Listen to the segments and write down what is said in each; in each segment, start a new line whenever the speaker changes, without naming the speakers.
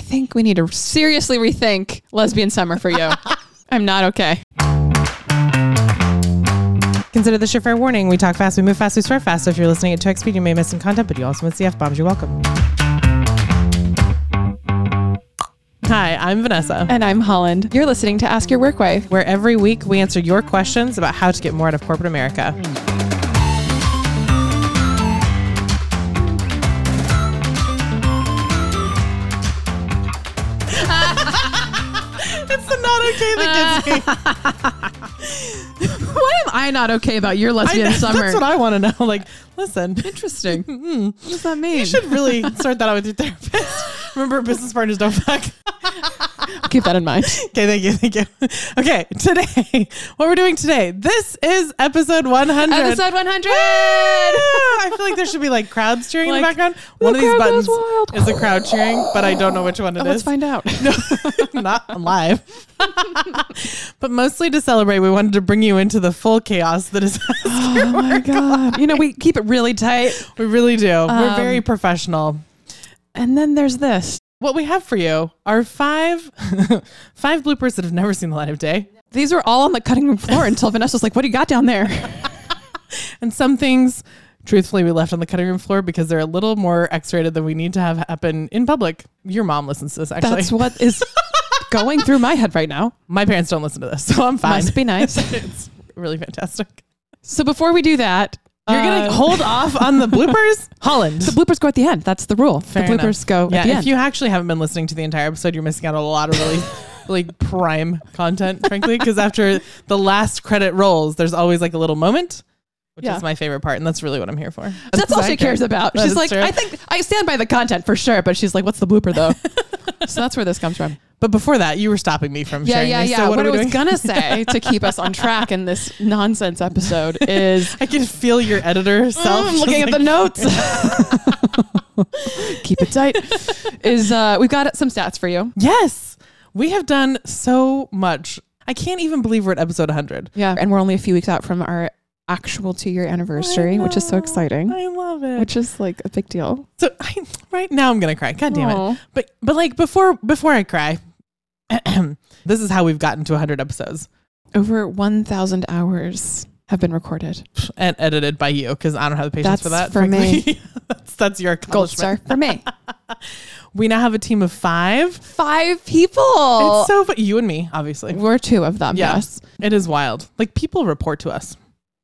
think we need to seriously rethink lesbian summer for you. I'm not okay.
Consider the surefire warning. We talk fast, we move fast, we swear fast. So if you're listening at 2 speed, you may miss some content, but you also miss the F bombs. You're welcome. Hi, I'm Vanessa.
And I'm Holland. You're listening to Ask Your Workwife.
where every week we answer your questions about how to get more out of corporate America. it's the not okay that gets me.
Why am I not okay about your
I
lesbian
know,
summer?
That's what I want to know. Like, listen, you
Interesting. Hmm. What does that mean?
should really start that out with your therapist. Remember, business partners don't fuck.
keep that in mind.
Okay, thank you, thank you. Okay, today, what we're doing today, this is episode 100.
Episode 100.
I feel like there should be like crowds cheering in the
Like,
background.
the
One of these
crowd
buttons
goes wild. Oh,
is a crowd cheering, but I don't know which one it is.
Let's find out.
Not on live. but mostly to celebrate, we wanted to bring you into the full chaos that is us.
Oh my god. You know, we keep it really tight.
We really do. We're
Um,
very professional.
And then there's this.
What we have for you are five five bloopers that have never seen the light of day.
These were all on the cutting room floor until Vanessa's like, "What do you got down there?"
And some things, truthfully, we left on the cutting room floor because they're a little more X rated than we need to have happen in public. Your mom listens to this, actually.
That's what is going through my head right now.
My parents don't listen to this, so I'm fine.
Must be nice.
it's really fantastic.
So before we do that,
You're going to
uh,
hold off on the bloopers? Holland.
the bloopers go at the end. That's the rule. the bloopers go
Yeah,
at the
if
end.
you actually haven't been listening to the entire episode, you're missing out on a lot of really, really prime content, frankly, because after the last credit rolls, there's always like a little moment, which
Yeah.
is my favorite part. And that's really what I'm here for. That's,
that's all she
exactly-
cares about.
That
She's
is
like,
true.
I think I stand by the content for sure, but she's like, what's the blooper though? so that's where this comes from.
But before that, you were stopping me from
Yeah,
sharing
yeah,
these,
yeah.
So what,
what
are
I
we
was
doing?
gonna say to keep us on track in this nonsense episode is
I can feel your editor self.
I'm Mm, looking at the notes. Keep it tight. Is uh, we've got some stats for you.
Yes, we have done so much. I can't even believe we're at episode 100.
Yeah, and we're only a few weeks out from our actual two-year anniversary, which is so
I know.
exciting.
I love it.
Mm. Which is like a big deal.
so I, right now I'm gonna cry. God damn it.
Aw.
But but like before before I cry, this is how we've gotten to 100 episodes
Over 1,000 hours have been recorded.
and edited by you because I don't have the
That's
patience for that.
for me.
frankly. that's that's your accomplishment.
Gold star for me.
We now have a team of five.
Five people.
It's so fun. you and me, obviously.
we're two of them.
Yeah.
Yes.
It is wild. Like people report to us,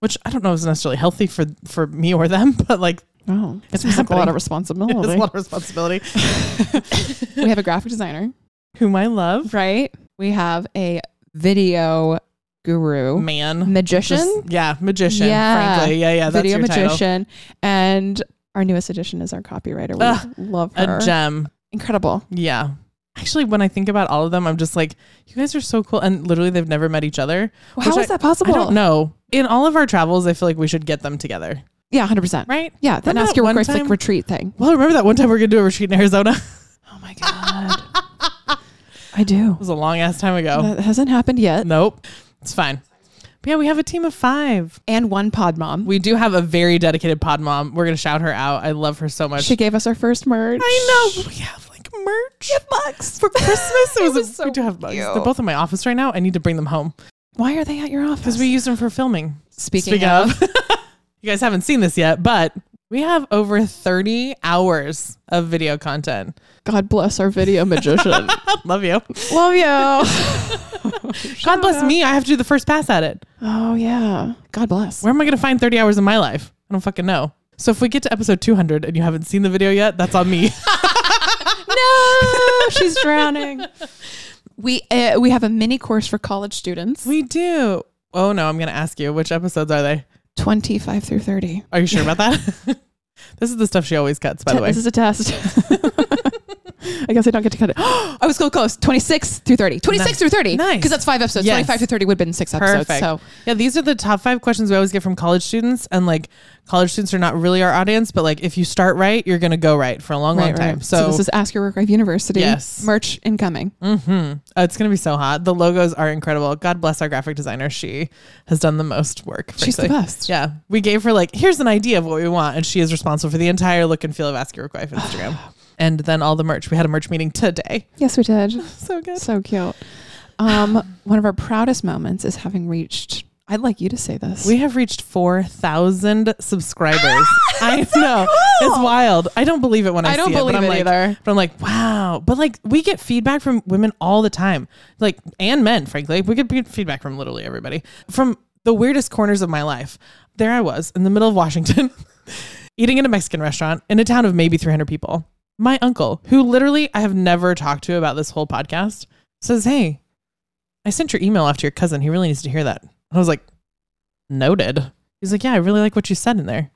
which I don't know is necessarily healthy for for me or them, but like
Oh,
It's
it's like a lot of
happening. it's a
responsibility.
lot of responsibility.
we have a graphic designer,
Whom I love,
right? We have a video guru,
man,
magician,
Just- yeah, magician.
Yeah.
Frankly, yeah, yeah, that's
video
your title.
magician, and our newest addition is our copywriter. We
Ugh,
love her.
A gem.
Incredible.
Yeah. Actually, when I think about all of them, I'm just like, you guys are so cool. And literally, they've never met each other.
Well, how
Which
is that possible?
I don't know. In all of our travels, I feel like we should get them together,
Yeah, hundred percent.
right?
Yeah, then
Remember
ask
that
your
one
wife like
time-
retreat thing.
Well, remember that one time we are going to do a retreat in Arizona? it
Oh my god, I do.
was a long ass time ago.
That hasn't happened yet.
Nope. It's fine. But yeah, we have a team of five.
And one pod mom.
We do have a very dedicated pod mom. We're going to shout her out. I love her so much.
She gave us our first merch.
I know. We have like merch.
bucks
For Christmas, it was, a,
so
we do have bugs.
cute.
They're both in my office right now. I need to bring them home
Why are they at your office?
because we use them for filming.
speaking,
Speaking
of,
of, you guys haven't seen this yet, but we have over 30 hours of video content.
God bless our video magician.
Love you.
Love you.
God bless me. I have to do the first pass at it.
Oh yeah. God bless.
Where am I going to find 30 hours of my life? I don't fucking know. So if we get to episode 200 and you haven't seen the video yet, that's on me.
no, she's drowning. We uh, we have a mini course for college students,
we do. Oh no, I'm going to ask you which episodes are they?
twenty five through thirty.
Are you sure about that? this is the stuff she always cuts, by
Te-
the way.
This is a test. I guess I don't get to cut it. I was so close. 26 through 30. 26
Nice.
through 30.
Nice.
Because that's five episodes.
Yes.
25 through 30 would have been six episodes.
Perfect.
So
Yeah, these are the top five questions we always get from college students. And like college students are not really our audience, but like if you start right, you're gonna go right for a long, long
Right,
time.
right.
So,
this is Ask Your Workwife University.
Yes.
Merch incoming.
Mhm. Uh, it's gonna be so hot. The logos are incredible. God bless our graphic designer. She has done the most work.
She's the
frankly.
best.
Yeah. We gave her like, here's an idea of what we want, and she is responsible for the entire look and feel of Ask Your Work Wife Instagram. and then all the merch. We had a merch meeting today.
Yes, we did.
So good.
So cute. Um, one of our proudest moments is having reached. I'd like you to say this.
We have reached 4,000 subscribers. I know. It's
cool.
wild. I don't believe it when I,
I don't
see it, but
believe
I'm
it
like,
either.
But I'm like, wow. But like, we get feedback from women all the time, like, and men, frankly. We get be- feedback from literally everybody from the weirdest corners of my life. There I was in the middle of Washington, eating at a Mexican restaurant in a town of maybe 300 people. My uncle, who literally I have never talked to about this whole podcast, says, Hey, I sent your email after your cousin. He really needs to hear that. And I was like, Noted. He's like, Yeah, I really like what you said in there.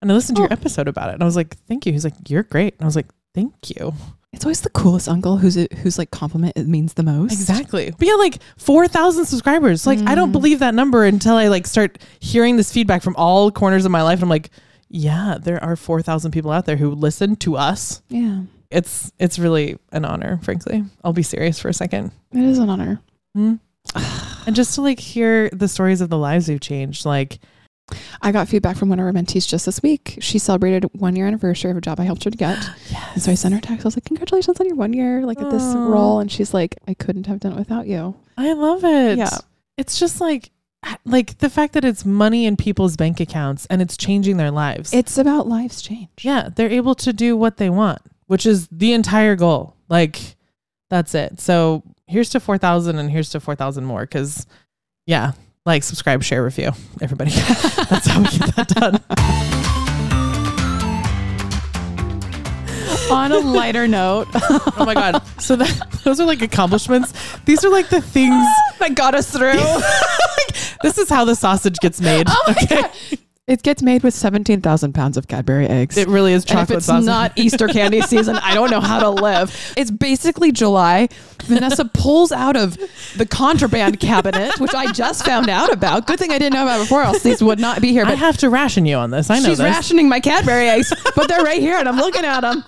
And I listened to your
Oh.
episode about it. And I was like, Thank you. He's like, You're great. And I was like, Thank you.
it's always the coolest uncle who's who's like compliment it means the most.
Exactly. But yeah, like 4,000 subscribers. Like, I don't
Mm.
believe that number until I like start hearing this feedback from all corners of my life. And I'm like, yeah, there are 4,000 people out there who listen to us.
Yeah,
It's it's really an honor, frankly. I'll be serious for a second.
it is an honor.
Mm. and just to like hear the stories of the lives you've changed, like
I got feedback from one of our mentees just this week. She celebrated one year anniversary of a job I helped her to get. And so I sent her a text. I was like, "Congratulations on your one year, like at this
Aw.
role." And she's like, "I couldn't have done it without you."
I love it.
Yeah.
It's just like like the fact that it's money in people's bank accounts and it's changing their lives.
It's about life's change.
Yeah, they're able to do what they want, which is the entire goal. Like, that's it. So here's to 4,000 and here's to 4,000 more. Cause, yeah, like, subscribe, share, review, everybody. that's how we get that done.
on a lighter note,
Oh my God. So that, those are like accomplishments. These are like the things.
that got us through. Oh
This is how the sausage gets made. okay.
It gets made with 17,000 pounds of Cadbury eggs.
It really is
and if
chocolate
it's
sausage.
not Easter candy season, I don't know how to live. It's basically July. Vanessa pulls out of the contraband cabinet, which I just found out about. Good thing I didn't know about before, else these would not be here.
I
But
have to ration you on this. I know
she's
this.
rationing my Cadbury eggs, but they're right here, and I'm looking at them.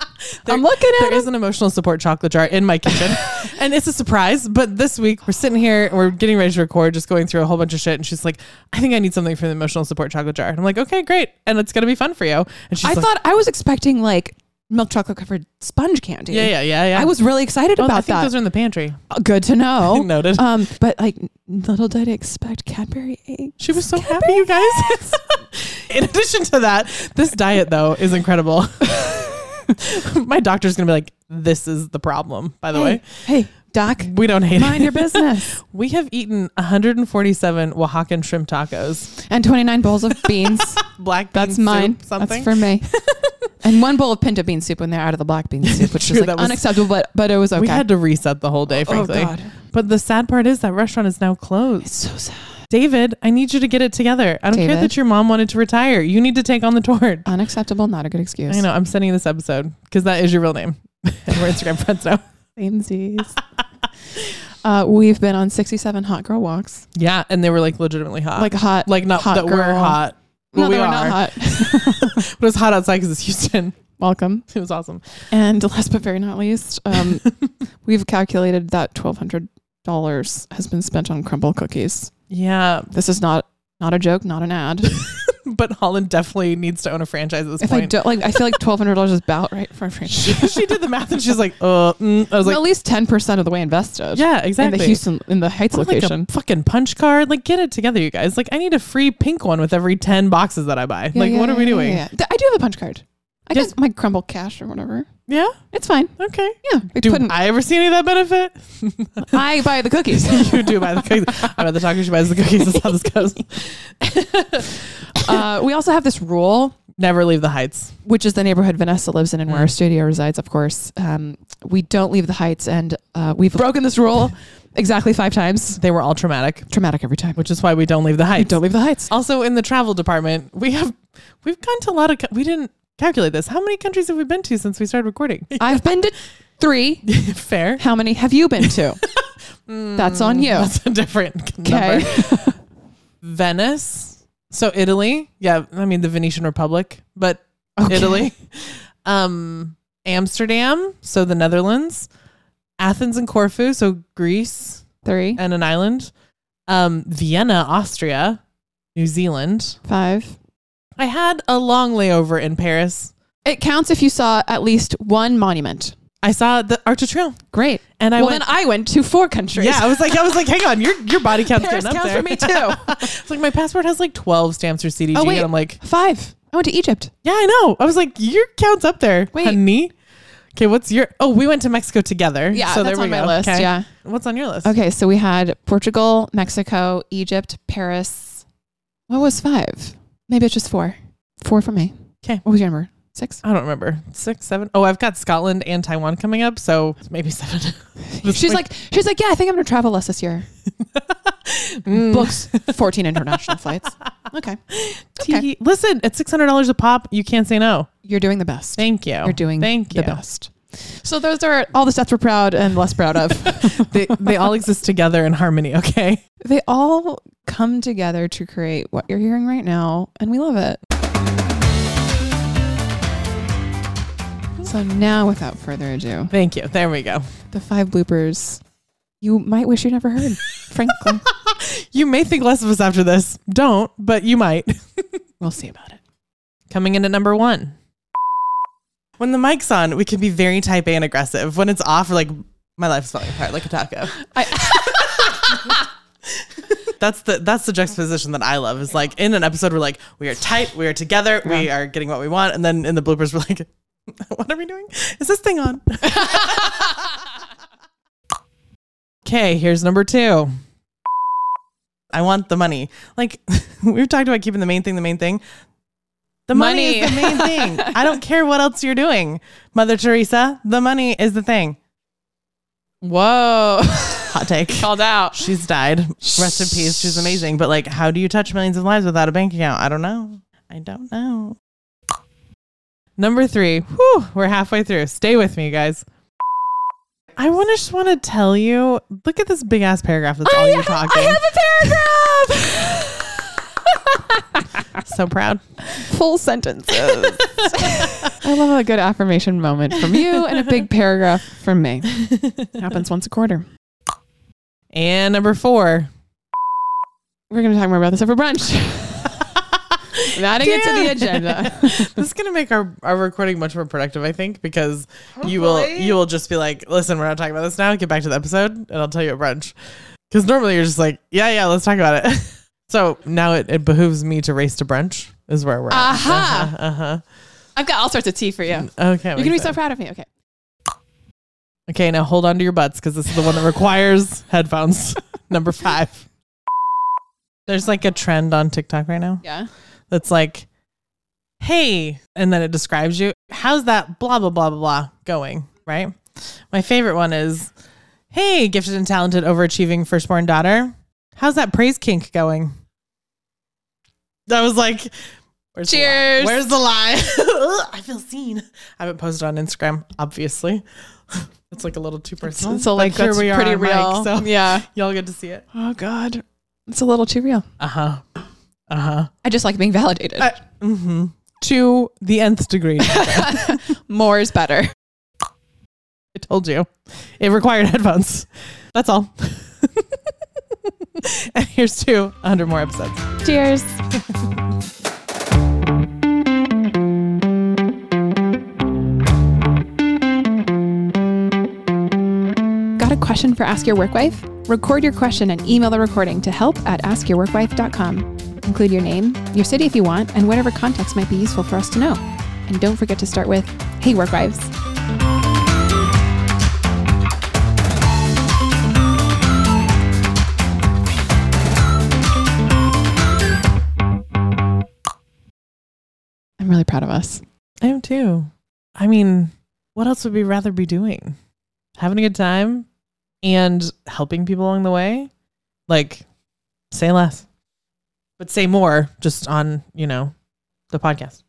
I'm looking at
There
them.
is an emotional support chocolate jar in my kitchen. and it's a surprise. But this week we're sitting here and we're getting ready to record, just going through a whole bunch of shit. And she's like, I think I need something from the emotional support chocolate jar. And I'm like, okay, great. And it's going to be fun for you. And she's
I
like,
thought I was expecting like milk chocolate covered sponge candy.
yeah, yeah, yeah, yeah.
I was really excited
Oh,
about
I think
that.
those are in the pantry.
Good to know.
Noted.
Um, but like, little did I expect Cadbury eggs.
She was so happy, you guys. in addition to that, this diet, though, is incredible. my doctor's going to be like, this is the problem, by the way.
Hey, hey, Doc,
We don't hate
mind
it.
your business.
We have eaten 147 Oaxacan shrimp tacos.
and 29 bowls of beans.
black bean
That's
soup,
mine.
something
That's for me. and one bowl of pinto bean soup when they're out of the black bean soup, which
True,
was like
that was-
unacceptable, but but it was okay.
we had to reset the whole day frankly
Oh God,
but the sad part is that restaurant is now closed
it's so sad.
david i need you to get it together i don't care
David?
that your mom wanted to retire you need to take on the torch
Unacceptable, not a good excuse.
i know i'm sending you this episode because that is your real name and we're instagram friends now
Samesies. uh, we've been on 67 hot girl walks,
yeah and they were like legitimately hot
like hot,
Uh, like not
hot
that we're
girl.
hot
no,
Well, we
they were
are.
not hot.
but it was hot outside because it's houston
Welcome.
it was awesome
And last but very not least, um, we've calculated that twelve hundred dollars has been spent on crumble cookies.
yeah
This is not not a joke, not an ad.
but holland definitely needs to own a franchise at this
if I
point
don't like, I feel like twelve hundred dollars is about right for a franchise.
she, she did the math and she's like uh mm. i was
Well,
like
at least ten percent of the way invested.
yeah
in
exactly
the Houston in the Heights
Or
location.
Like a fucking punch card. Like, get it together, you guys. Like, I need a free pink one with every 10 boxes that I buy.
Yeah,
like,
yeah,
what are
yeah,
we
yeah,
doing?
yeah. Th- I do have a punch card. I
Yes.
get my crumble cash or whatever.
Yeah?
It's fine.
Okay.
Yeah, we
Do
put in-
I ever see any of that benefit?
I buy the cookies.
you do buy the cookies. I buy the taco, she buys the cookies. That's how this goes.
uh, we also have this rule
Never leave the heights.
which is the neighborhood Vanessa lives in and where
Mm.
our studio resides, of course. Um, we don't leave the heights, and uh, we've broken this rule exactly five times.
They were all traumatic,
Traumatic every time.
which is why we don't leave the
You
heights.
don't leave the heights.
Also, in the travel department, we have, we've gone to a lot of, co- we didn't calculate this. How many countries have we been to since we started recording?
I've been to three.
Fair. Mm,
How many have you been to? That's on you.
That's a different number.
Okay.
Venice. So Italy. Yeah, I mean the Venetian Republic, but
Okay.
Italy. Um Amsterdam, so the Netherlands. Athens and Corfu, so Greece
Three,
and an island. Um Vienna, Austria, New Zealand.
five.
I had a long layover in Paris
It counts if you saw at least one monument.
I saw the Archer Trail,
Great.
and I
well,
went.
then I went to four countries.
yeah, I was like, I was like, hang on, your your body count's
Paris
getting up
counts
there.
for me too.
it's like my passport has like twelve stamps or CDG,
Oh, wait.
and I'm like,
Five. I went to Egypt.
yeah, I know. I was like, your count's up there,
Wait.
honey. Okay, what's your? Oh, we went to Mexico together.
Yeah,
so
that's
there we
on my
go.
list,
Okay.
yeah.
what's on your list?
Okay, so we had Portugal, Mexico, Egypt, Paris. What was five? Maybe it's just four. Four for me.
'Kay.
What was your number? Six.
I don't remember six, seven. Oh, I've got Scotland and Taiwan coming up, so maybe seven. This
she's
week.
like, she's like, yeah, I think I'm gonna travel less this year.
Mm.
Books fourteen international flights. Okay, okay.
Tee- listen, at six hundred dollars a pop, you can't say no.
You're doing the best.
Thank you.
You're doing
Thank
the
you.
best. So those are all the stats we're proud and less proud of.
they they all exist together in harmony. Okay.
they all come together to create what you're hearing right now, and we love it. So now, without further ado,
Thank you. There we go.
the five bloopers you might wish you never heard, frankly.
You may think less of us after this. Don't, but you might.
We'll see about it.
Coming in at number one. When the mic's on, we can be very type A and aggressive. When it's off, we're like, my life's falling apart like a taco. that's the that's the juxtaposition that I love. Is like in an episode we're like, we are tight, we are together, we are getting what we want, and then in the bloopers we're like, what are we doing? Is this thing on? Okay, here's number two. I want the money. Like we've talked about keeping the main thing the main thing. The money, is the main thing. I don't care what else you're doing. Mother Teresa, the money is the thing.
Whoa.
Hot take.
Called out.
She's died. Rest in peace. She's amazing. But like, how do you touch millions of lives without a bank account? I don't know. I don't know. Number three. Whew, we're halfway through. Stay with me, guys. I want to just want to tell you. Look at this big ass paragraph. That's all you're talking.
I have a paragraph.
so proud.
Full sentences. I love a good affirmation moment from you and a big paragraph from me. happens once a quarter.
And number four.
We're going to talk more about this over brunch. I'm adding it to the
Damn.
agenda.
this is gonna make our, our recording much more productive, I think, because you will
Hopefully.
you will just be like, listen, we're not talking about this now. Get back to the episode, and I'll tell you at brunch. Because normally you're just like, yeah, yeah, let's talk about it. so now it, it behooves me to race to brunch. Is where we're at.
Aha.
Uh huh.
I've got all sorts of tea for you. You're
Okay.
going to be so proud of me. Okay.
Okay, now hold on to your butts because this is the one that requires headphones. Number five. There's like a trend on TikTok right now.
Yeah.
that's like, hey, and then it describes you. How's that blah, blah, blah, blah, blah going? Right. My favorite one is, hey, gifted and talented overachieving firstborn daughter. How's that praise kink going? That was like, where's the lie?
Cheers.
where's the lie? Ugh, I feel seen. I haven't posted on Instagram, obviously. It's like a little too personal.
So,
but
like, that's pretty
on mic,
real.
so
Yeah.
y'all get to see it.
Oh, God. It's a little too real.
Uh
Uh-huh.
huh. Uh huh.
I just like being validated.
mm-hmm. To the nth degree.
More is better.
I told you. It required headphones. That's all. and here's to 100 more episodes.
Cheers. Got a question for Ask Your Workwife? Record your question and email the recording to help at askyourworkwife.com. Include your name, your city if you want, and whatever context might be useful for us to know. And don't forget to start with, hey, Workwives. I'm really proud of us.
I am too. I mean, what else would we rather be doing? Having a good time and helping people along the way? Like, say less, but say more just on, you know, the podcast.